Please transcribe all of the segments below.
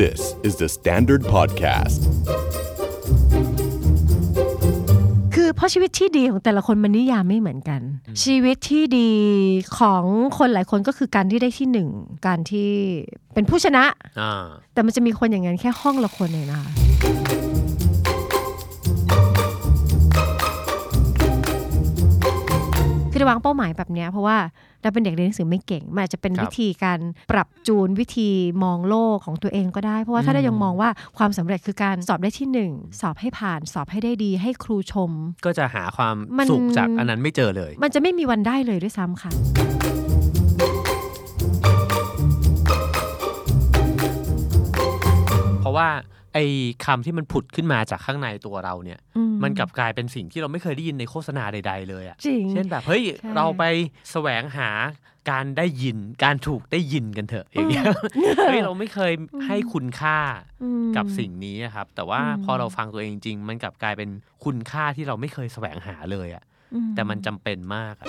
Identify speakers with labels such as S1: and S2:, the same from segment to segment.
S1: This is the Standard Podcast.
S2: คือเพราะชีวิตที่ดีของแต่ละคนมันนิยามไม่เหมือนกัน ชีวิตที่ดีของคนหลายคนก็คือการที่ได้ที่หนึ่งการที่เป็นผู้ชนะ
S3: อ่า
S2: แต่มันจะมีคนอย่างนั้นแค่ห้องละคนเองนะคะคือได้วางเป้าหมายแบบเนี้ยเพราะว่าเราเป็นเด็กเรียนหนังสือไม่เก่งมันอาจจะเป็นวิธีการปรับจูนวิธีมองโลกของตัวเองก็ได้ เพราะว่าถ้าเรายังมองว่าความสำเร็จคือการสอบได้ที่หนึ่งสอบให้ผ่านสอบให้ได้ดี ให้ครูชม
S3: ก็จะหาความ
S2: มัน
S3: สุขจากอันนั้นไม่เจอเลย
S2: มันจะไม่มีวันได้เลยด้วยซ้ำค่ะ
S3: เพราะว่าไอ้คำที่มันผุดขึ้นมาจากข้างในตัวเราเนี่ย
S2: อื
S3: มันกลับกลายเป็นสิ่งที่เราไม่เคยได้ยินในโฆษณาใด ๆ เลยอะ
S2: จริง
S3: เช่นแบบเฮ้ย
S2: ใช่
S3: เราไปแสวงหาการได้ยินการถูกได้ยินกันเถอะอย่างเงี้ย เฮ้ยเราไม่เคยให้คุณค่า
S2: อืม
S3: กับสิ่งนี้อะครับ แต่ว่า
S2: อืม
S3: พอเราฟังตัวเองจริง มันกลับกลายเป็นคุณค่าที่เราไม่เคยแสวงหาเลยอะ
S2: อื
S3: แต่มันจำเป็นมากอะ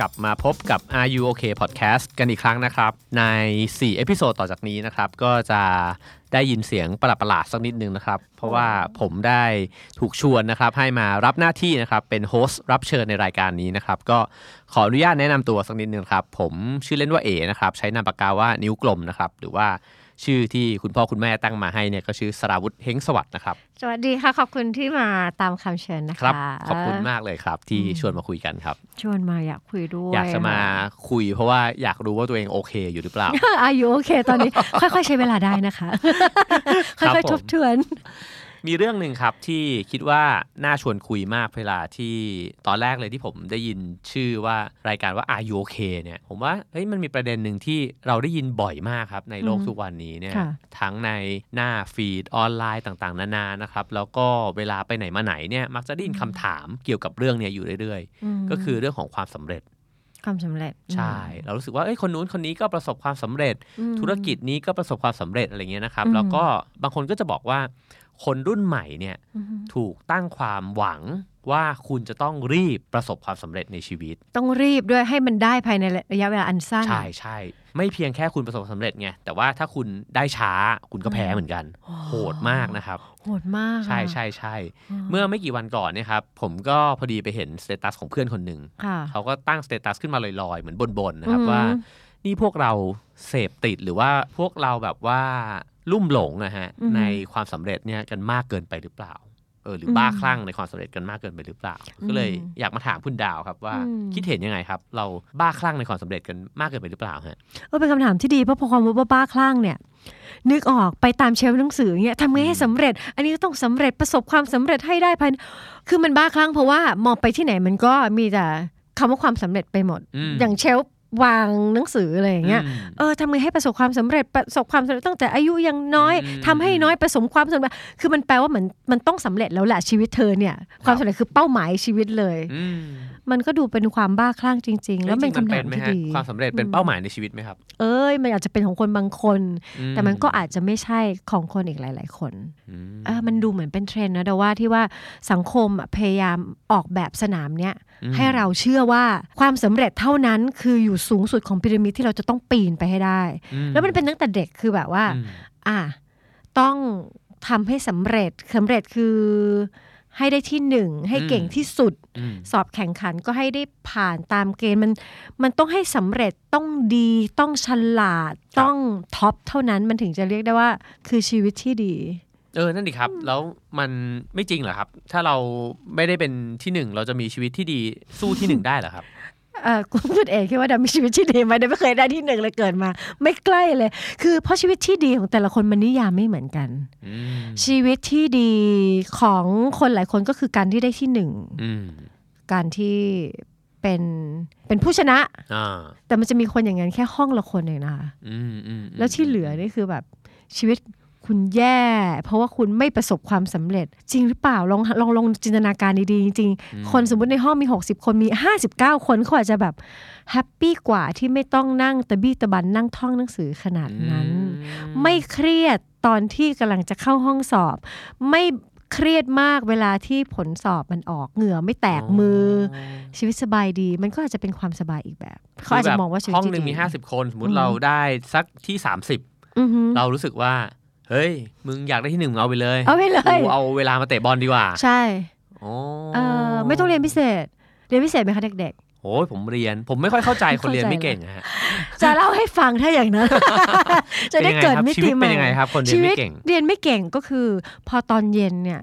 S3: กลับมาพบกับ Are You OK Podcast กันอีกครั้งนะครับ ใน 4 เอพิโซดต่อจากนี้นะครับ ก็จะได้ยินเสียงประหลาดๆสักนิดนึงนะครับ เพราะว่าผมได้ถูกชวนนะครับ ให้มารับหน้าที่นะครับ เป็นโฮสต์รับเชิญในรายการนี้นะครับ ก็ขออนุญาตแนะนำตัวสักนิดนึงครับ ผมชื่อเล่นว่าเอนะครับ ใช้นามปากกาว่านิ้วกลมนะครับ หรือว่าชื่อที่คุณพ่อคุณแม่ตั้งมาให้เนี่ยก็ชื่อสราวุธเฮงสวัสดิ์นะครับ
S2: สวัสดีค่ะ ขอบคุณที่มาตามคำเชิญนะคะ
S3: ครับ ขอบคุณมากเลยครับ ที่ชวนมาคุยกันครับ
S2: ชวนมาอยากคุยด้วย
S3: อยากจะมาคุยเพราะว่าอยากรู้ว่าตัวเองโอเคอยู่หรือเปล่า
S2: อายุโอเคตอนนี้ ค่อยๆใช้เวลาได้นะคะ
S3: ครับ
S2: ค่อย
S3: ผม
S2: ๆทบทวน
S3: มีเรื่องหนึ่งครับที่คิดว่าน่าชวนคุยมากเวลาที่ตอนแรกเลยที่ผมได้ยินชื่อว่ารายการว่า Are You OK เนี่ย ผมว่าเฮ้ยมันมีประเด็นหนึ่งที่เราได้ยินบ่อยมากครับในโลกทุกวันนี้เนี่ย
S2: ค่ะ
S3: ทั้งในหน้าฟีดออนไลน์ต่างๆ นานานะครับ แล้วก็เวลาไปไหนมาไหนเนี่ยมักจะได้ยินคำถามเกี่ยวกับเรื่องเนี้ยอยู่เรื่อยๆ ก็คือเรื่องของความสำเร็จ
S2: ความสำเร็จ
S3: ใช่ เรารู้สึกว่าเอ้ยคนนู้นคนนี้ก็ประสบความสำเร็จ
S2: อืม
S3: ธุรกิจนี้ก็ประสบความสำเร็จอะไรเงี้ยนะครับ
S2: อืม
S3: แล้วก็บางคนก็จะบอกว่า คนรุ่นใหม่เนี่ย
S2: อืม
S3: ถูกตั้งความหวังว่าคุณจะต้องรีบประสบความสำเร็จในชีวิต
S2: ต้องรีบด้วยให้มันได้ภายในระยะเวลาอันสั้น
S3: ใช่ใช่ไม่เพียงแค่คุณประสบความสำเร็จไงแต่ว่าถ้าคุณได้ช้าคุณก็แพ้เหมือนกัน
S2: อ๋อ
S3: โหดมากนะครับ
S2: โหดมากอะ
S3: ใช่ใช่ใช่
S2: อื
S3: เมื่อไม่กี่วันก่อนเนี่ยครับผมก็พอดีไปเห็นสเตตัสของเพื่อนคนหนึ่ง
S2: ค่ะ
S3: เขาก็ตั้งสเตตัสขึ้นมาลอยๆเหมือนบนๆนะครับ
S2: อืม
S3: ว่า นี่พวกเราเสพติดหรือว่าพวกเราแบบว่าลุ่มหลงนะฮะ
S2: อือฮึ
S3: ในความสำเร็จเนี่ยกันมากเกินไปหรือเปล่าเออหรือ
S2: ม
S3: บ้าคลั่งในความสำเร็จกันมากเกินไปหรือเปล่า
S2: อืม
S3: ก็เลยอยากมาถามคุณดาวครับว่า
S2: อืม
S3: คิดเห็นยังไงครับ เราบ้าคลั่งในความสำเร็จกันมากเกินไปหรือเปล่าฮะ
S2: เออเป็นคำถามที่ดีเพราะพอความว่าบ้าคลั่งเนี่ย นึกออกไปตามเชลฟ์หนังสืออย่างเงี้ยทำไงให้
S3: อืม
S2: สำเร็จ อันนี้ก็ต้องสำเร็จประสบความสำเร็จให้ได้ภายในคือมันบ้าคลั่งเพราะว่ามองไปที่ไหนมันก็มีแต่คำว่าความสำเร็จไปหมด
S3: ม
S2: อย่างเชลฟ์วางหนังสืออะไรอย่างเงี้ย
S3: อืม
S2: เออทำไงให้ประสบความสำเร็จประสบความสำเร็จตั้งแต่อายุยังน้อย
S3: อืม
S2: ทำให้น้อยประสบความสำเร็จคือมันแปลว่าเหมือนมันต้องสำเร็จแล้วแหละชีวิตเธอเนี่ย ค
S3: ครับ
S2: วามสำเร็จคือเป้าหมายชีวิตเลย
S3: อืม
S2: มันก็ดูเป็นความบ้าคลั่งจริง ๆ แล้วเป็น
S3: จริงๆ
S2: คำถาม
S3: ไห
S2: ที่
S3: ฮะ
S2: ดี
S3: ความสำเร็จเป็น
S2: อืม
S3: เป้าหมายในชีวิตไหมครับ
S2: เอ้ยมันอาจจะเป็นของคนบางคน
S3: อื
S2: แต่มันก็อาจจะไม่ใช่ของคนอีกหลาย ๆ คน
S3: อืม
S2: เออมันดูเหมือนเป็นเทรนด์นะแต่ว่าที่ว่าสังคมอะพยายามออกแบบสนามเนี้ย
S3: อืม
S2: ให้เราเชื่อว่าความสำเร็จเท่านั้นคืออยู่สูงสุดของพีระมิดที่เราจะต้องปีนไปให้ได้
S3: อื
S2: แล้วมันเป็นตั้งแต่เด็กคือแบบว่า
S3: อืม
S2: อ่ะต้องทำให้สำเร็จสำเร็จคือให้ได้ที่หนึ่งให้เก่งที่สุด
S3: อืม
S2: สอบแข่งขันก็ให้ได้ผ่านตามเกณฑ์มันมันต้องให้สำเร็จต้องดีต้องฉลาด
S3: ครับ
S2: ต้องท็อปเท่านั้นมันถึงจะเรียกได้ว่าคือชีวิตที่ดี
S3: เออ นั่นดิครับ แล้วมันไม่จริงเหรอครับ ถ้าเราไม่ได้เป็นที่หนึ่ง เราจะมีชีวิตที่ดีสู้ที่หนึ่งได้เหร อครับ
S2: เออคุณพูดเองคิดว่าดำมีชีวิตที่ดีไหมดำไม่เคยได้ที่หนึ่งเลยเกิดมา ไม่ใกล้เลย คือเพราะชีวิตที่ดีของแต่ละคนมันนิยามไม่เหมือนกัน
S3: อืม
S2: ชีวิตที่ดีของคนหลายคนก็คือการที่ได้ที่หนึ่ง
S3: อืม
S2: การที่เป็นเป็นผู้ชนะ
S3: อ่า
S2: แต่มันจะมีคนอย่างนั้นแค่ห้องละคนเองนะคะ
S3: อืมอืมอืม
S2: แล้วที่เหลือนี่คือแบบชีวิต คุณแย่ เพราะว่าคุณไม่ประสบความสำเร็จ จริงหรือเปล่าลองลองลองจินตนาการดีๆจริงๆ คนสมมติในห้องมี 60 คนมี 59 คนเขาอาจจะแบบแฮปปี้กว่าที่ไม่ต้องนั่งตะบี้ตะบันนั่งท่องหนังสือขนาดนั้น ไม่เครียดตอนที่กำลังจะเข้าห้องสอบ ไม่เครียดมากเวลาที่ผลสอบมันออกเหงื่อไม่แตกมือ ชีวิตสบายดี มันก็อาจจะเป็นความสบายอีกแบบเขาอาจจะมองว่าชีวิต
S3: ห้องหนึ่ง
S2: ดี
S3: มี
S2: ๆ
S3: 50 คนสมม
S2: อื
S3: ติ
S2: ม
S3: เราได้สักที่
S2: อือฮึ
S3: 30 เรารู้สึกว่า เฮ้ย มึงอยากได้ที่หนึ่งมึงเอาไปเลย
S2: เอาไปเลย
S3: กูเอาเวลามาเตะบอลดีกว่า
S2: ใช่
S3: โอ้
S2: เอ่อไม่ต้องเรียนพิเศษ เรียนพิเศษไหมคะเด็ก
S3: โอ้ยผมเรียน ผมไม่ค่อยเข้าใจคนเรียน
S2: เข้าใจ
S3: ไม่เก่งอะฮะ
S2: ๆ จะเล่าให้ฟังถ้าอย่าง นั้น จะได้เกิดมิติใหม่
S3: เป็นยังไงครับชีวิตเป็นยังไงครับ คนเรียนไม่เก่ง
S2: เรียนไม่เก่งก็คือ พอตอนเย็นเนี่ย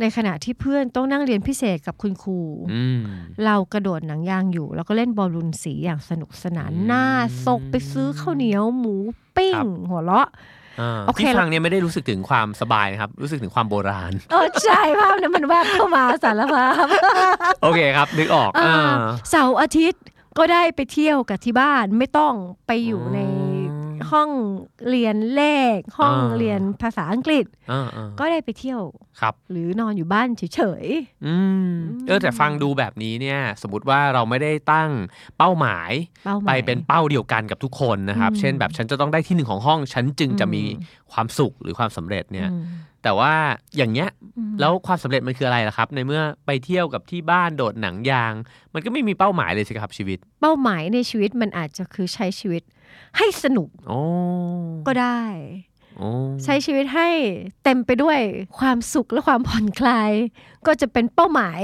S2: ในขณะที่เพื่อนต้องนั่งเรียนพิเศษกับคุณครู
S3: อืม
S2: เรากระโดดหนังยางอยู่ แล้วก็เล่นบอลลูนสีอย่างสนุกสนาน
S3: อืม
S2: หน้าซกไปซื้อข้าวเหนียวหมูปิ้ง
S3: ครับ
S2: หัวเราะ
S3: อ่า
S2: โอเค
S3: ที่ฟังเนี่ยไม่ได้รู้สึกถึงความสบายนะครับ รู้สึกถึงความโบรา ณ
S2: เออใช่ภาพนั้นมันแวบเข้ามาสารภาพ
S3: โอเคครับ นึกออก
S2: อ่า
S3: อ่า
S2: เสาร์อาทิตย์ก็ได้ไปเที่ยวกับที่บ้านไม่ต้องไปอยู่ในห้องเรียนเลข ห้อง
S3: อ่า
S2: เรียนภาษาอังกฤษ
S3: อ่าอ่า
S2: ก็ได้ไปเที่ยว
S3: ครับ
S2: หรือนอนอยู่บ้านเฉย
S3: อืมเออ
S2: ม
S3: แต่ฟังดูแบบนี้เนี่ย สมมติว่าเราไม่ได้ตั้งเป้าหมาย
S2: ๆเป้าห
S3: ไป
S2: มาย
S3: เป็นเป้าเดียวกันกับทุกคนนะครับ
S2: อืม
S3: เช่นแบบฉันจะต้องได้ที่หนึ่งของห้อง ฉันจึงจะ
S2: อืม
S3: มีความสุขหรือความสำเร็จเนี่ย
S2: อืม
S3: แต่ว่าอย่างเงี้ย
S2: อืม
S3: แล้วความสำเร็จมันคืออะไรล่ะครับ ในเมื่อไปเที่ยวกับที่บ้านโดดหนังยาง มันก็ไม่มีเป้าหมายเลยสิครับชีวิต
S2: เป้าหมายในชีวิตมันอาจจะคือใช้ชีวิตให้สนุก
S3: โอ้
S2: ก็ได้
S3: โอ้
S2: ใช้ชีวิตให้เต็มไปด้วยความสุขและความผ่อนคลาย ก็จะเป็นเป้าหมาย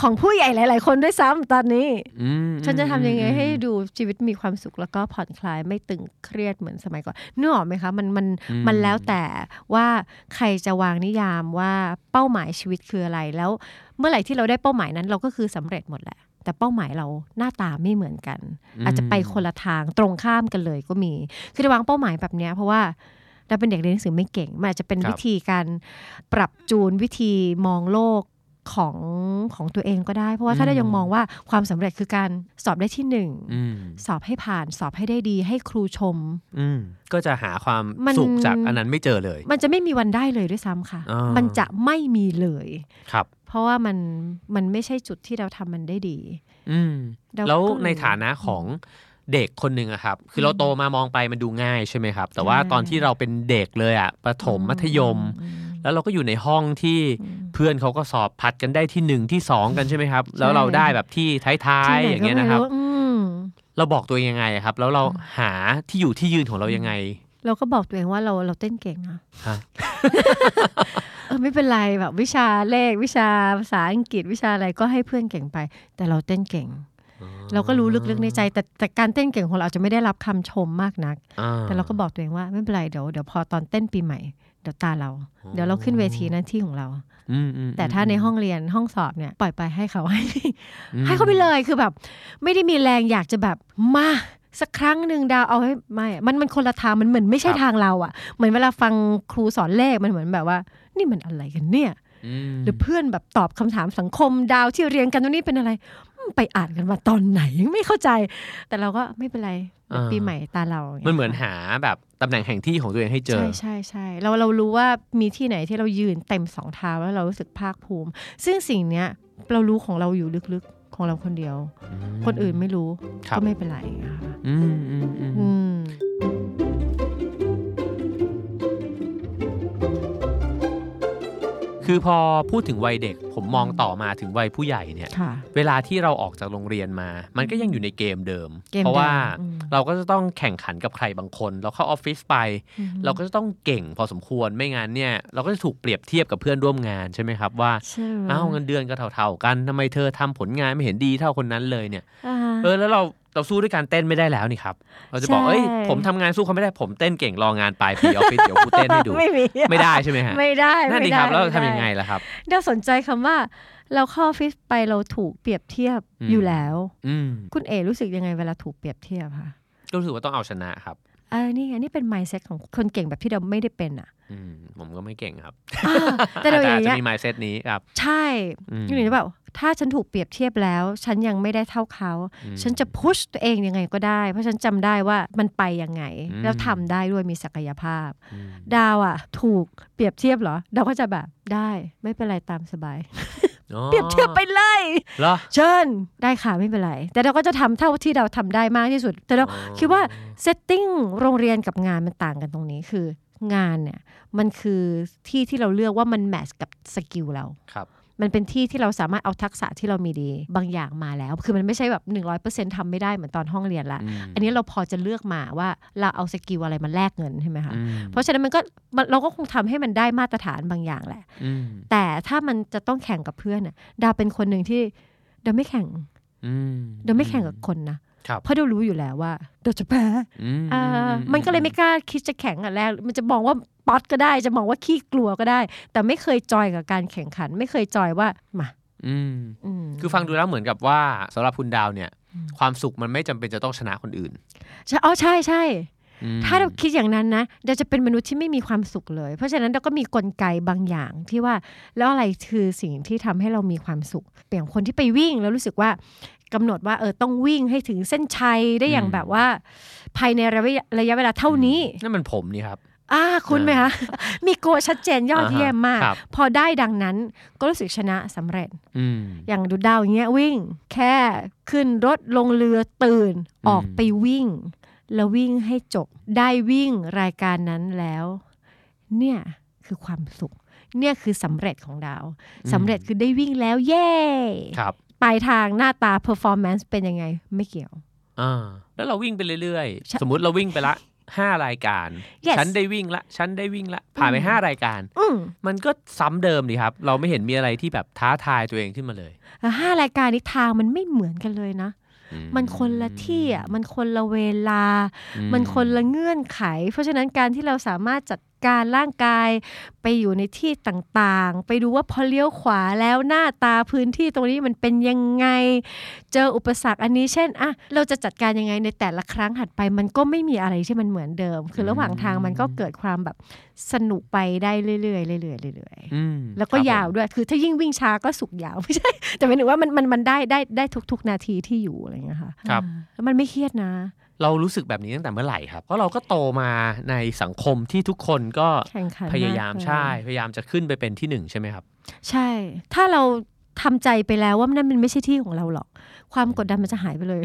S2: ของผู้ใหญ่หลาย ๆ คนด้วยซ้ำตอนนี้
S3: อืม
S2: ฉันจะทำยังไงให้ดูชีวิตมีความสุขแล้วก็ผ่อนคลายไม่ตึงเครียดเหมือนสมัยก่อนนึกออกไหมคะมันมัน
S3: อื
S2: มันแล้วแต่ว่าใครจะวางนิยามว่าเป้าหมายชีวิตคืออะไรแล้ว เมื่อไหร่ที่เราได้เป้าหมายนั้นเราก็คือสำเร็จหมดแหละ แต่เป้าหมายเราหน้าตาไม่เหมือนกัน
S3: ม
S2: อาจจะไปคนละทางตรงข้ามกันเลยก็มี คือจะวางเป้าหมายแบบเนี้ยเพราะว่าเราเป็นเด็กเรียนหนังสือไม่เก่งมันอาจจะเป็นวิธีการปรับจูนวิธีมองโลกของของตัวเองก็ได้ เพราะว่าถ้าเรายังมองว่าความสำเร็จคือการสอบได้ที่หนึ่ง
S3: อืม
S2: สอบให้ผ่านสอบให้ได้ดีให้ครูชม
S3: อืมก็จะหาความ
S2: มัน
S3: สุขจากอันนั้นไม่เจอเลย
S2: มันจะไม่มีวันได้เลยด้วยซ้ำค่ะ
S3: อ่ามั
S2: มันจะไม่มีเลย
S3: ครับ
S2: เพราะว่ามันมันไม่ใช่จุดที่เราทำมันได้ดี
S3: อืม
S2: เรา
S3: แล้ว
S2: ก็
S3: ในฐานะของเด็กคนหนึ่งอะครับ คือเราโตมามองไปมันดูง่ายใช่ไหมครับ แต่ว่า
S2: ใช่
S3: ตอนที่เราเป็นเด็กเลยอะประถมมัธยม
S2: อืม
S3: แล้วเราก็อยู่ในห้องที่
S2: อืม
S3: เพื่อนเขาก็สอบพัดกันได้ที่หนึ่งที่สองกันใช่ไหมครับ
S2: ใช่
S3: แล้วเราได้แบบที่ท้ายๆอย่างเงี้ยนะครับ
S2: ที่ไหก็ไม่อืม
S3: เราบอกตัวเองยังไงอะครับ แล้วเราหาที่อยู่ที่ยืนของเรายังไง
S2: เราก็บอกตัวเองว่าเราเราเต้นเก่งนะ
S3: ฮะ
S2: เออไม่เป็นไรแบบวิชาเลขวิชาภาษาอังกฤษวิชาอะไรก็ให้เพื่อนเก่งไป แต่เราเต้นเก่ง เราก็รู้ลึกๆในใจ แต่แต่การเต้นเก่งของเราอาจจะไม่ได้รับคำชมมากนัก
S3: อ่
S2: แต่เราก็บอกตัวเองว่าไม่เป็นไรเดี๋ยวเดี๋ยวพอตอนเต้นปีใหม่เดี๋ยวตาเรา
S3: อ๋อ
S2: เดี๋ยวเราขึ้นเวทีหน้าที่ของเรา
S3: อืมอืม
S2: แต่ถ้าในห้องเรียนห้องสอบเนี่ยปล่อยไปให้เขาให้
S3: อืม
S2: ให้เขาไปเลยคือแบบ ไม่ได้มีแรงอยากจะแบบมาสักครั้งหนึ่งดาวเอาให้ไม่อะมันมันคนละทางมันเหมือนไม่ใช่ทางเราอ่ะ เหมือนเวลาฟังครูสอนเลขมันเหมือนแบบว่า นี่มันอะไรกันเนี่ย
S3: อืม
S2: หรือเพื่อนแบบตอบคำถามสังคมดาวที่เรียงกันตรงนี้เป็นอะไรอืมไปอ่านกันมาตอนไหนไม่เข้าใจ แต่เราก็ไม่เป็นไรเดี๋ยวปีใหม่ตาเรา
S3: มั
S2: มัน
S3: เหมือนหาแบบตำแหน่งแห่งที่ของตัวเองให้เจอ
S2: ใช่ใช่ใช่เราเรารู้ว่ามีที่ไหนที่เรายืนเต็มสองเท้าแล้วเรารู้สึกภาคภูมิ ซึ่งสิ่งเนี้ยเรารู้ของเราอยู่ลึกๆของเราคนเดียว คนอื่นไม่รู้
S3: ครับ
S2: ก็ไม่เป็นไรนะคะ
S3: อืมอืมอืม
S2: อืม
S3: คือพอพูดถึงวัยเด็กผมมองต่อมาถึงวัยผู้ใหญ่เนี่ย
S2: ค่ะ
S3: เวลาที่เราออกจากโรงเรียนมา มันก็ยังอยู่ในเกมเดิม
S2: เกมเดิม
S3: เพราะว่า
S2: อืม
S3: เราก็จะต้องแข่งขันกับใครบางคน เราเข้าออฟฟิศไป เราก็จะต้องเก่งพอสมควรไม่งั้นเนี่ย เราก็จะถูกเปรียบเทียบกับเพื่อนร่วมงานใช่ไหมครับว่า
S2: ใช่ไหม
S3: อ้าวเงินเดือนก็เท่าๆกันทำไมเธอทำผลงานไม่เห็นดีเท่าคนนั้นเลยเนี่ย
S2: อ่า
S3: เออแล้วเราเราสู้ด้วยการเต้นไม่ได้แล้วนี่ครับเราจะบอก
S2: ใช่
S3: เอ้ยผมทำงานสู้เขาไม่ได้ผมเต้นเก่งรองานปลายปีออฟฟิศเดี๋ยวกูเต้นให้ดู
S2: ไม่มี
S3: ไม่ได้ใช่ไหมฮะ
S2: ไม่ได้
S3: นั่นดี
S2: ไม่
S3: ค
S2: ได้
S3: รับแล้วเรา
S2: ม่
S3: ทำ
S2: ด้
S3: ยังไงล่ะครับ
S2: เดี๋ยวสนใจคำว่า เราเข้าออฟฟิศไปเราถูกเปรียบเทียบ
S3: อืม
S2: อยู่แล้ว
S3: อืม
S2: คุณเอรู้สึกยังไงเวลาถูกเปรียบเทียบคะ
S3: รู้สึกว่าต้องเอาชนะครับ
S2: เออนี่ไงนี่เป็น mindset ของคนเก่งแบบที่เราไม่ได้เป็นอ่ะ
S3: อืมผมก็ไม่เก่งครับ
S2: อ่าแต่เราอย่าง
S3: จจะ
S2: เงี้ย
S3: มี mindset นี้ครับ
S2: ใช่
S3: อืม
S2: อยู่ในแบบถ้าฉันถูกเปรียบเทียบแล้ว ฉันยังไม่ได้เท่าเขา
S3: อืม
S2: ฉันจะพุชตัวเองยังไงก็ได้ เพราะฉันจำได้ว่ามันไปยังไง
S3: อืม
S2: แล้วทำได้ด้วยมีศักยภาพ
S3: อืม
S2: ดาวอ่ะ ถูกเปรียบเทียบเหรอ ดาวก็จะแบบได้ไม่เป็นไรตามสบาย
S3: อ๋อ
S2: เปรียบเทียบไปเลย
S3: เหรอ
S2: เชิญได้ค่ะไม่เป็นไร แต่เราก็จะทำเท่าที่เราทำได้มากที่สุด แต่เรา
S3: อ๋อ
S2: คิดว่าเซตติ้งโรงเรียนกับงานมันต่างกันตรงนี้คืองานเนี่ยมันคือที่ที่เราเลือกว่ามันแมทช์กับสกิลเรา
S3: ครับ
S2: มันเป็นที่ที่เราสามารถเอาทักษะที่เรามีดี บางอย่างมาแล้ว คือมันไม่ใช่แบบ 100%ทำไม่ได้เหมือนตอนห้องเรียนละ
S3: อืม
S2: อันนี้เราพอจะเลือกมาว่าเราเอาสกิลอะไรมาแลกเงินใช่ไหมคะ
S3: อืม
S2: เพราะฉะนั้นมันก็มันเราก็คงทำให้มันได้มาตรฐานบางอย่างแหละ
S3: อืม
S2: แต่ถ้ามันจะต้องแข่งกับเพื่อนน่ะดาวเป็นคนหนึ่งที่เดาไม่แข่ง
S3: อืม
S2: เดาไม่แข่งกับคนนะครับ เพราะเดารู้อยู่แล้วว่าเดาจะแพ้
S3: อืม
S2: อ่ามันก็เลยไม่กล้าคิดจะแข่งอ่ะแรกมันจะมองว่าป๊อตก็ได้ จะมองว่าขี้กลัวก็ได้ แต่ไม่เคยจอยกับการแข่งขัน ไม่เคยจอยว่ามา
S3: อืม
S2: อืม
S3: คือฟังดูแล้วเหมือนกับว่าสำหรับคุณดาวเนี่ย
S2: อืม
S3: ความสุขมันไม่จำเป็นจะต้องชนะคนอื่น
S2: ใช่อ๋อใช่ใช่
S3: อืม
S2: ถ้าเราคิดอย่างนั้นนะเราจะเป็นมนุษย์ที่ไม่มีความสุขเลย เพราะฉะนั้นเราก็มีกลไกบางอย่างที่ว่าแล้วอะไรคือสิ่งที่ทำให้เรามีความสุขอย่างคนที่ไปวิ่งแล้วรู้สึกว่ากำหนดว่าเออต้องวิ่งให้ถึงเส้นชัยได้อย่างแบบว่า ภายในระยะระยะเวลาเท่านี้
S3: นั่นมันผมนี่ครับ
S2: อ่าคุณไหมคะ มีโกลชัดเจนยอดเยี่ยมมาก
S3: อ่าฮะครับ
S2: พอได้ดังนั้นก็รู้สึกชนะสำเร็จ
S3: อืม
S2: อย่างดูดาวอย่างเงี้ยวิ่ง แค่ขึ้นรถลงเรือตื่น
S3: อืม
S2: ออกไปวิ่ง แล้ววิ่งให้จบ ได้วิ่งรายการนั้นแล้ว เนี่ยคือความสุข เนี่ยคือสำเร็จของดาวสำเร็จคือได้วิ่งแล้วเย้
S3: ครับ
S2: ปลายทางหน้าตา performance เป็นยังไงไม่เกี่ยว
S3: อ่าแล้วเราวิ่งไปเรื่อย
S2: ใช่
S3: ๆ สมมุติเราวิ่งไปละห้ารายการ
S2: Yes
S3: ฉันได้วิ่งละฉันได้วิ่งละผ่านไป
S2: อืม
S3: ห้ารายการ
S2: อืม
S3: มันก็ซ้ำเดิมดีครับ เราไม่เห็นมีอะไรที่แบบท้าทายตัวเองขึ้นมาเลย
S2: แล้วห้ารายการนี้ทางมันไม่เหมือนกันเลยนะ
S3: อื
S2: มันคนละที่อ่ะมันคนละเวลา
S3: อื
S2: มันคนละเงื่อนไข เพราะฉะนั้นการที่เราสามารถจัดการร่างกาย ไปอยู่ในที่ต่างๆ ไปดูว่าพอเลี้ยวขวาแล้วหน้าตาพื้นที่ตรงนี้มันเป็นยังไง เจออุปสรรคอันนี้เช่นอ่ะเราจะจัดการยังไงในแต่ละครั้งหัดไป มันก็ไม่มีอะไรที่มันเหมือนเดิม คือระหว่างทางมันก็เกิดความแบบสนุกไปได้เรื่อยๆเรื่อยๆเรื่อยๆ
S3: อืม
S2: แล้วก็
S3: ครับผม
S2: ยาวด้วย คือถ้ายิ่งวิ่งช้าก็สุกยาว ไม่ใช่ แต่หมายถึงว่ามันมันมันได้ได้ได้ทุก ๆ นาทีที่อยู่อะไรอย่างเงี้ยค่ะ
S3: ครับ
S2: แล้วมันไม่เครียดนะ
S3: เรารู้สึกแบบนี้ตั้งแต่เมื่อไหร่ครับ เพราะเราก็โตมาในสังคมที่ทุกคนก็
S2: แข่งขัน
S3: พยายาม
S2: กเลย
S3: ใช่พยายามจะขึ้นไปเป็นที่หนึ่งใช่ไหมครับ
S2: ใช่ ถ้าเราทำใจไปแล้วว่านั่นมันไม่ใช่ที่ของเราหรอก ความกดดันมันจะหายไปเลย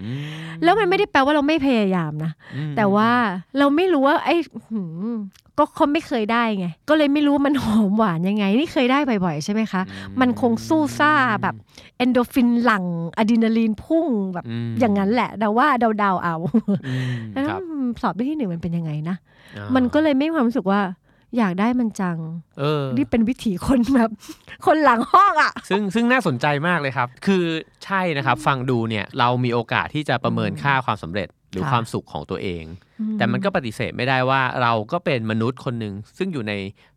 S3: อืม
S2: แล้วมันไม่ได้แปลว่าเราไม่พยายามนะ
S3: อืม
S2: แต่ว่าเราไม่รู้ว่าไอ้หืมก็เขาไม่เคยได้ไง ก็เลยไม่รู้ว่ามันหอมหวานยังไง นี่เคยได้บ่อยๆใช่ไหมคะ มันคงสู้ซ่าแบบเอนโดรฟินหลังอะดรีนาลีนพุ่งแบบ
S3: ม
S2: อย่างนั้นแหละเดาว่าเดาๆเอา
S3: อืม
S2: แล้ว
S3: ครับ
S2: สอบได้ที่หนึ่งมันเป็นยังไงนะ
S3: อ่า
S2: มันก็เลยไม่มีความรู้สึกว่า อยากได้มันจัง
S3: เออ
S2: นี่เป็นวิถีคนแบบ คนหลังห้องอ่ะ
S3: ซึ่งซึ่งน่าสนใจมากเลยครับ คือใช่นะครับ ฟังดูเนี่ยเรามีโอกาสที่จะประเมินค่าความสำเร็จหรือ
S2: ค่ะ
S3: ความสุขของตัวเอง แต่มันก็ปฏิเสธไม่ได้ว่าเราก็เป็นมนุษย์คนหนึ่งซึ่งอยู่ใน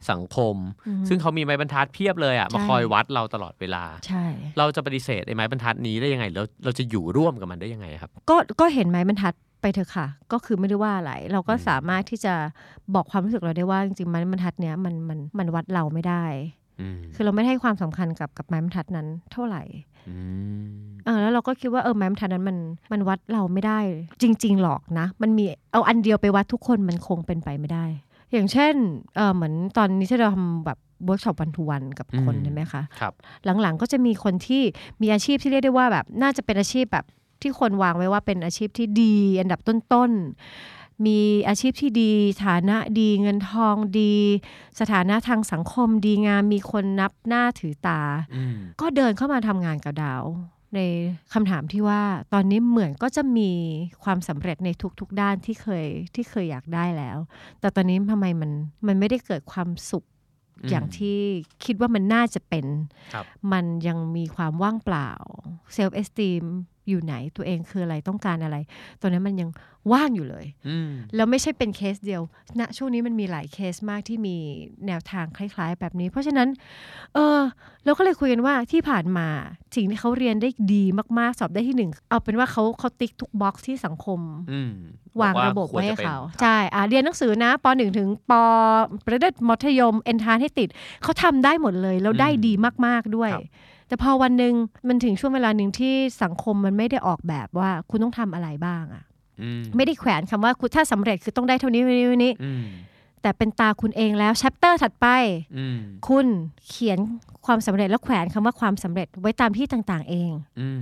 S3: สังคม
S2: อืม
S3: ซึ่งเขามีไม้บรรทัดเพียบเลยอ่ะมา
S2: ใช่
S3: คอยวัดเราตลอดเวลา
S2: ใช่
S3: เราจะปฏิเสธไอ้ไม้บรรทัดนี้ได้ยังไงแล้วเราจะอยู่ร่วมกับมันได้ยังไงครับ
S2: ก็ก็เห็นไหมบรรทัดไปเถอะค่ะ ก็คือไม่ได้ว่าอะไร เราก็สามารถที่จะบอกความรู้สึกเราได้ว่าจริงๆไม้บรรทัดเนี้ยมันมันมันวัดเราไม่ได้
S3: อืม
S2: คือเราไม่ได้ให้ความสำคัญกับกับไม้บรรทัดนั้นเท่าไหร่
S3: อืม
S2: เออแล้วเราก็คิดว่าเออไม้บรรทัดนั้นมันมันวัดเราไม่ได้ จริง ๆ หรอกนะ มันมีเอาอันเดียวไปวัดทุกคนมันคงเป็นไปไม่ได้ อย่างเช่นเออเหมือนตอนนี้ที่เราทำแบบเวิร์กช็อปวันทูวันกับคน
S3: อืม
S2: ใช่ไหมคะ
S3: ครับ
S2: หลังๆก็จะมีคนที่มีอาชีพที่เรียกได้ว่าแบบน่าจะเป็นอาชีพแบบที่คนวางไว้ว่าเป็นอาชีพที่ดี อันดับต้นๆมีอาชีพที่ดีฐานะดีเงินทองดี สถานะทางสังคมดีงามมีคนนับหน้าถือตา
S3: อืม
S2: ก็เดินเข้ามาทำงานกับดาว ในคำถามที่ว่าตอนนี้เหมือนก็จะมีความสำเร็จในทุกๆด้านที่เคยที่เคยอยากได้แล้ว แต่ตอนนี้ทำไมมันมันไม่ได้เกิดความสุข
S3: ม
S2: อย่างที่คิดว่ามันน่าจะเป็น
S3: ครับ
S2: มันยังมีความว่างเปล่าเซลฟ์เอสติม อยู่ไหนตัวเองคืออะไรต้องการอะไร ตัวนั้นมันยังว่างอยู่เลย
S3: อืม
S2: แล้วไม่ใช่เป็นเคสเดียวณช่วงนี้มันมีหลายเคสมากที่มีแนวทางคล้าย ๆ แบบนี้ เพราะฉะนั้น เออเราก็เลยคุยกันว่าที่ผ่านมาสิ่งที่เขาเรียนได้ดีมากๆ สอบได้ที่หนึ่งเอาเป็นว่าเขาเขาติ๊กทุกบ็อกซ์ที่สังคม
S3: อืม
S2: วางระบบไว้ให้เขา ใช่อ่ะเรียนหนังสือนะป .1 ถึงปประดับมัธยม เอนทานให้ติด เขาทำได้หมดเลย แล้วได้ดีมาก ๆ ด้วย แต่พอวันหนึ่งมันถึงช่วงเวลาหนึ่งที่สังคมมันไม่ได้ออกแบบว่าคุณต้องทำอะไรบ้างอะ
S3: อืม
S2: ไม่ได้แขวนคำว่าคุณถ้าสำเร็จคือต้องได้เท่านี้เท่านี้เท่านี้
S3: อืม
S2: แต่เป็นตาคุณเองแล้วแชปเตอร์ถัดไป
S3: อืม
S2: คุณเขียนความสำเร็จแล้วแขวนคำว่าความสำเร็จไว้ตามที่ต่างๆ เอง
S3: อืม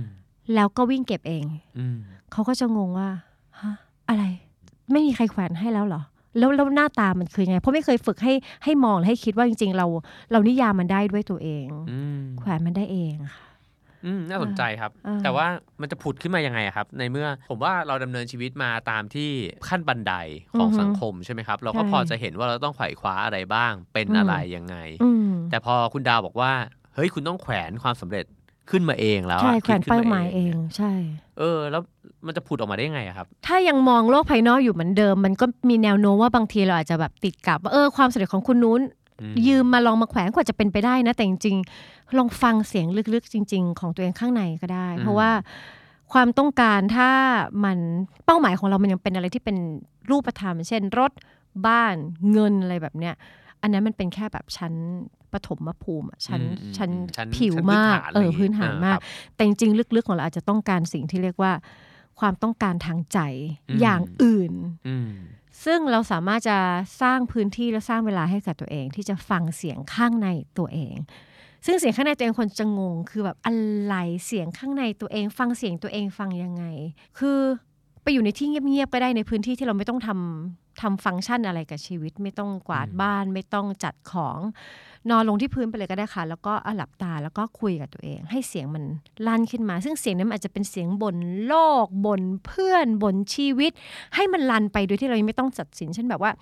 S2: แล้วก็วิ่งเก็บเอง
S3: อืม
S2: เขาก็จะงงว่าฮะอะไร ไม่มีใครแขวนให้แล้วเหรอ แล้วแล้วหน้าตามันคือยังไง เพราะไม่เคยฝึกให้ให้มองและให้คิดว่าจริงๆ เรา เรานิยามมันได้ด้วยตัวเอง
S3: อืม
S2: แขวนมันได้เองอะค่ะ
S3: อืมน่าสนใจครับ
S2: อ่า
S3: แต่ว่ามันจะผุดขึ้นมายังไงอะครับ ในเมื่อผมว่าเราดำเนินชีวิตมาตามที่ขั้นบันไดของสังคมใช่ไหมครับ เราก็
S2: ใช่
S3: พอจะเห็นว่าเราต้องไขว่คว้าอะไรบ้าง เป็นอะไร
S2: อืม
S3: ยังไง
S2: อืม
S3: แต่พอคุณดาวบอกว่า เฮ้ยคุณต้องแขวนความสำเร็จขึ้นมาเองแล้วอะ
S2: ใช่แขวน
S3: คิด
S2: เป้า
S3: ขึ้น
S2: หมายเองใช่
S3: เออ แล้วมันจะผุดออกมาได้ยังไงอะครับ
S2: ถ้ายังมองโลกภายนอกอยู่เหมือนเดิม มันก็มีแนวโน้มว่าบางทีเราอาจจะแบบติดกับว่าเออความสำเร็จของคุณนู้น
S3: อืม
S2: ยืมมาลองมาแขวนกว่าจะเป็นไปได้นะ แต่จริงๆลองฟังเสียงลึกๆ จริง ๆ ของตัวเองข้างในก็ได้ เพราะว่าความต้องการถ้ามันเป้าหมายของเรามันยังเป็นอะไรที่เป็นรูปธรรม เช่น รถบ้านเงินอะไรแบบเนี้ยอันนั้นมันเป็นแค่แบบชั้นปฐมภูมิอะชั้น
S3: อืมอืม
S2: ชั้น
S3: ชั้น
S2: ผิว
S3: ชั้นพื้น
S2: มาก
S3: ฐานอะไร
S2: เอ
S3: อ
S2: อย่าง
S3: งี้
S2: พื้นฐาน
S3: อ่าม
S2: มาก แต่จริงๆลึกๆของเราอาจจะต้องการสิ่งที่เรียกว่า ความต้องการทางใจ
S3: อืม
S2: อย่างอื่น
S3: อืม
S2: ซึ่งเราสามารถจะสร้างพื้นที่และสร้างเวลาให้กับตัวเอง ที่จะฟังเสียงข้างในตัวเอง ซึ่งเสียงข้างในตัวเองคนจะงงคือแบบอะไรเสียงข้างในตัวเอง ฟังเสียงตัวเองฟังยังไง คือไปอยู่ในที่เงียบๆก็ได้ในพื้นที่ที่เราไม่ต้องทำทำฟังก์ชันอะไรกับชีวิต ไม่ต้องกวาด
S3: อืม
S2: บ้าน ไม่ต้องจัดของ นอนลงที่พื้นไปเลยก็ได้ค่ะ แล้วก็อ่ะหลับตาแล้วก็คุยกับตัวเอง ให้เสียงมันลั่นขึ้นมา ซึ่งเสียงนั้นมันอาจจะเป็นเสียงบ่นโลกบ่นเพื่อนบ่นชีวิต ให้มันลั่นไปโดยที่เรายังไม่ต้องตัดสินเช่นแบบว่า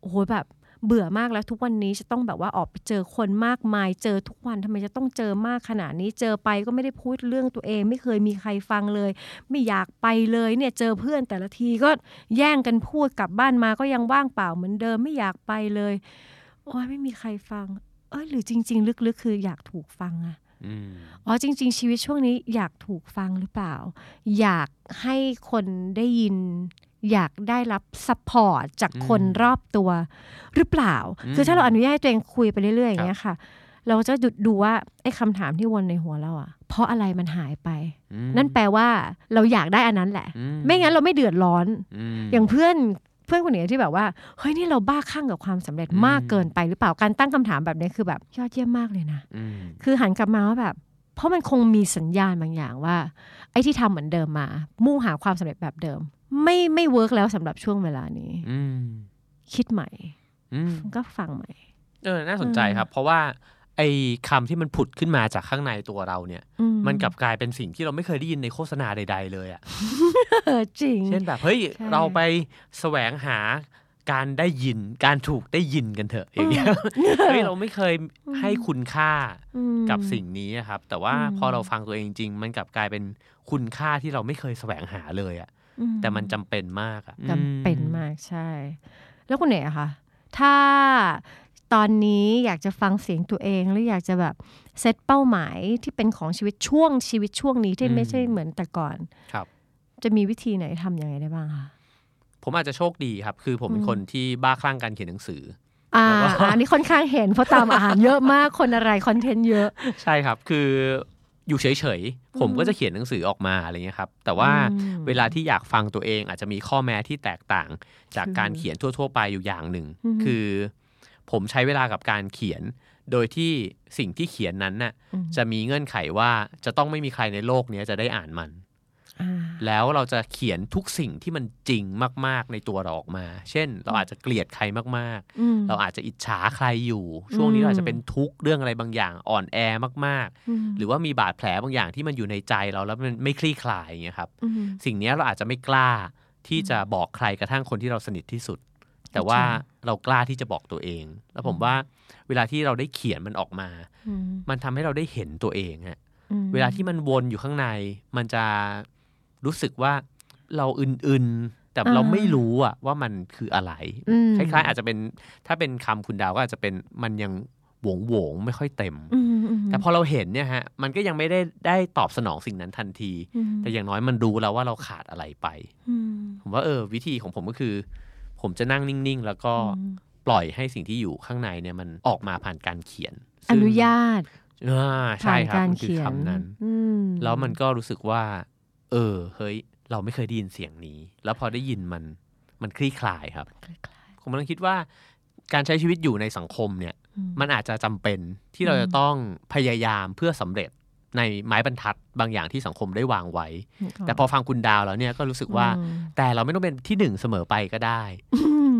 S2: โอ้โหแบบเบื่อมากแล้วทุกวันนี้จะต้องแบบว่าออกไปเจอคนมากมาย เจอทุกวันทำไมจะต้องเจอมากขนาดนี้เจอไปก็ไม่ได้พูดเรื่องตัวเอง ไม่เคยมีใครฟังเลย ไม่อยากไปเลยเนี่ยเจอเพื่อนแต่ละทีก็แย่งกันพูดกลับบ้านมาก็ยังว่างเปล่าเหมือนเดิมไม่อยากไปเลย โอ้ยไม่มีใครฟัง เอยหรือจริง ๆ ลึกๆ คืออยากถูกฟังอะ
S3: อืม
S2: อ๋อจริง ๆ ชีวิตช่วงนี้อยากถูกฟังหรือเปล่า อยากให้คนได้ยิน อยากได้รับซัพพอร์ตจากคน
S3: อืม
S2: รอบตัวหรือเปล่า
S3: อืม
S2: คือถ้าเราอนุญาตให้ตัวเองคุยไปเรื่อยๆอ
S3: ครับ
S2: ย่างเงี้ยค่ะ เราจะดูดูว่าไอ้คำถามที่วนในหัวเราอะเพราะอะไรมันหายไป
S3: อืม
S2: นั่นแปลว่าเราอยากได้อันนั้นแหละ
S3: อื
S2: ไม่งั้นเราไม่เดือดร้อน
S3: ม
S2: อย่างเพื่อนเพื่อนคนหนึ่งที่แบบว่าเฮ้ยนี่เราบ้าคลั่งกับความสำเร็จ
S3: อืม
S2: มากเกินไปหรือเปล่าการตั้งคำถามแบบนี้คือแบบยอดเยี่ยมมากเลยนะ
S3: อืม
S2: คือหันกลับมาว่าแบบ เพราะมันคงมีสัญญาณบางอย่างว่า ไอ้ที่ทำเหมือนเดิมมา มุ่งหาความสำเร็จแบบเดิม ไม่ไม่เวิร์กแล้วสำหรับช่วงเวลานี้
S3: อืม
S2: คิดใหม่
S3: อืม
S2: ก็ฟังใหม่
S3: เออน่าสนใจครับ เพราะว่า ไอ้คำที่มันผุดขึ้นมาจากข้างในตัวเราเนี่ย
S2: อื
S3: มันกลับกลายเป็นสิ่งที่เราไม่เคยได้ยินในโฆษณาใด ๆ เลยอะ่ะ
S2: เออจริง
S3: เช่นแบบ เฮ้ย
S2: ใช่
S3: เราไปแสวงหาการได้ยิน การถูกได้ยินกันเถอะอย่างเงี้ย เฮ้ยเราไม่เคยให้คุณค่า
S2: อืม
S3: กับสิ่งนี้อะครับ แต่ว่า
S2: อืม
S3: พอเราฟังตัวเองจริงๆมันกลับกลายเป็นคุณค่าที่เราไม่เคยแสวงหาเลยอะ่ะ
S2: อื
S3: แต่มันจำเป็นมากอะ
S2: จำเป็นมากใช่ แล้วคุณเหนอะคะถ้าตอนนี้อยากจะฟังเสียงตัวเองหรืออยากจะแบบเซตเป้าหมายที่เป็นของชีวิตช่วงชีวิตช่วงนี้ที่ไม่ใช่เหมือนแต่ก่อน
S3: ครับ
S2: จะมีวิธีไหนทำยังไงได้บ้างคะ
S3: ผมอาจจะโชคดีครับ คือผมเป็น
S2: อืม
S3: คนที่บ้าคลั่งการเขียนหนังสือ
S2: อ่า
S3: แล้วก็
S2: อันนี้ค่อนข้างเห็นเพราะตามอาหารเยอะมากคนอะไรคอนเทนต์เยอะ
S3: ใช่ครับ คืออยู่เฉยๆ ผมก็จะเขียนหนังสือออกมาอะไรเงี้ยครับ แต่ว่า
S2: อืม
S3: เวลาที่อยากฟังตัวเองอาจจะมีข้อแม้ที่แตกต่างจาก
S2: คือ
S3: การเขียนทั่ว ๆ ไปอยู่อย่างหนึ่ง
S2: อืม
S3: คือผมใช้เวลากับการเขียน โดยที่สิ่งที่เขียนนั้นน่ะจะมีเงื่อนไขว่าจะต้องไม่มีใครในโลกเนี้ยจะได้อ่านมัน
S2: อ่า
S3: แล้วเราจะเขียนทุกสิ่งที่มันจริงมาก ๆ ในตัวเราออกมา เช่น เราอาจจะเกลียดใครมากๆ
S2: อืม
S3: เราอาจจะอิจฉาใครอยู่ ช่วงนี้
S2: อืม
S3: เราอาจจะเป็นทุกข์เรื่องอะไรบางอย่างอ่อนแอมาก
S2: ม
S3: ๆ หรือว่ามีบาดแผลบางอย่างที่มันอยู่ในใจเราแล้วมันไม่คลี่คลายอย่างเงี้ยครับ
S2: ม
S3: สิ่งเนี้ยเราอาจจะไม่กล้าที่จะบอกใครกระทั่งคนที่เราสนิทที่สุด แต่ว่า
S2: ใช่
S3: เรากล้าที่จะบอกตัวเอง แล้วผมว่าเวลาที่เราได้เขียนมันออกมา
S2: อืม
S3: มันทำให้เราได้เห็นตัวเองฮะ
S2: อืม
S3: เวลาที่มันวนอยู่ข้างใน มันจะ รู้สึกว่าเราอื่นๆ แต่
S2: อ่า
S3: เราไม่รู้อะว่ามันคืออะไร
S2: อืม
S3: คล้ายๆ อาจจะเป็นถ้าเป็นคำคุณดาวก็อาจจะเป็นมันยังโหวงโวงๆไม่ค่อยเต็ม
S2: อืมอืม
S3: แต่พอเราเห็นเนี่ยฮะมันก็ยังไม่ได้ได้ตอบสนองสิ่งนั้นทันที
S2: ม
S3: แต่อย่างน้อยมันรู้แล้วว่าเราขาดอะไรไป
S2: อืม
S3: ผมว่าเออวิธีของผมก็คือ ผมจะนั่งนิ่งๆ แล้วก็
S2: อืม
S3: ปล่อยให้สิ่งที่อยู่ข้างในเนี่ยมันออกมาผ่านการเขียน
S2: อ
S3: ซึ่ง
S2: นุญาต
S3: อ่าใช่
S2: ผ่าน
S3: ครับ
S2: การ
S3: มันคือ
S2: เขียน
S3: คำนั้น
S2: อืม
S3: แล้วมันก็รู้สึกว่า เออ เฮ้ย เราไม่เคยได้ยินเสียงนี้ แล้วพอได้ยินมันมันคลี่คลายครับ ผมกำลังคิดว่า การใช้ชีวิตอยู่ในสังคมเนี่ย
S2: อืม
S3: มันอาจจะจำเป็นที่เรา
S2: อืม
S3: จะต้องพยายามเพื่อสำเร็จในไม้บรรทัดบางอย่างที่สังคมได้วางไว้ แต่พอฟังคุณดาวแล้วเนี่ยก็รู้สึกว่า
S2: อืม
S3: แต่เราไม่ต้องเป็นที่หนึ่งเสมอไปก็ได้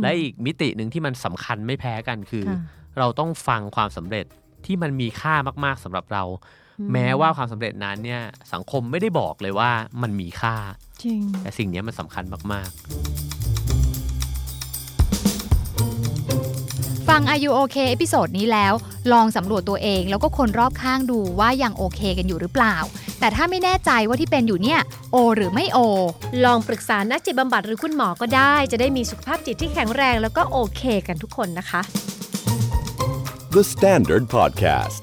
S3: และอีกมิติหนึ่งที่มันสำคัญไม่แพ้กันคือ
S2: ค่ะ
S3: เราต้องฟังความสำเร็จที่มันมีค่ามาก ๆสำหรับเรา
S2: อืม
S3: แม้ว่าความสำเร็จนั้นเนี่ยสังคมไม่ได้บอกเลยว่ามันมีค่า
S2: จริง
S3: แต่สิ่งเนี้ยมันสำคัญมาก
S4: ฟัง Are You OK เอพิโซดนี้แล้ว ลองสำรวจตัวเองแล้วก็คนรอบข้างดูว่ายังโอเคกันอยู่หรือเปล่า แต่ถ้าไม่แน่ใจว่าที่เป็นอยู่เนี่ย โอ หรือไม่โอ
S2: ลองปรึกษานักจิตบำบัดหรือคุณหมอก็ได้ จะได้มีสุขภาพจิตที่แข็งแรงแล้วก็โอเคกันทุกคนนะคะ
S1: The Standard Podcast.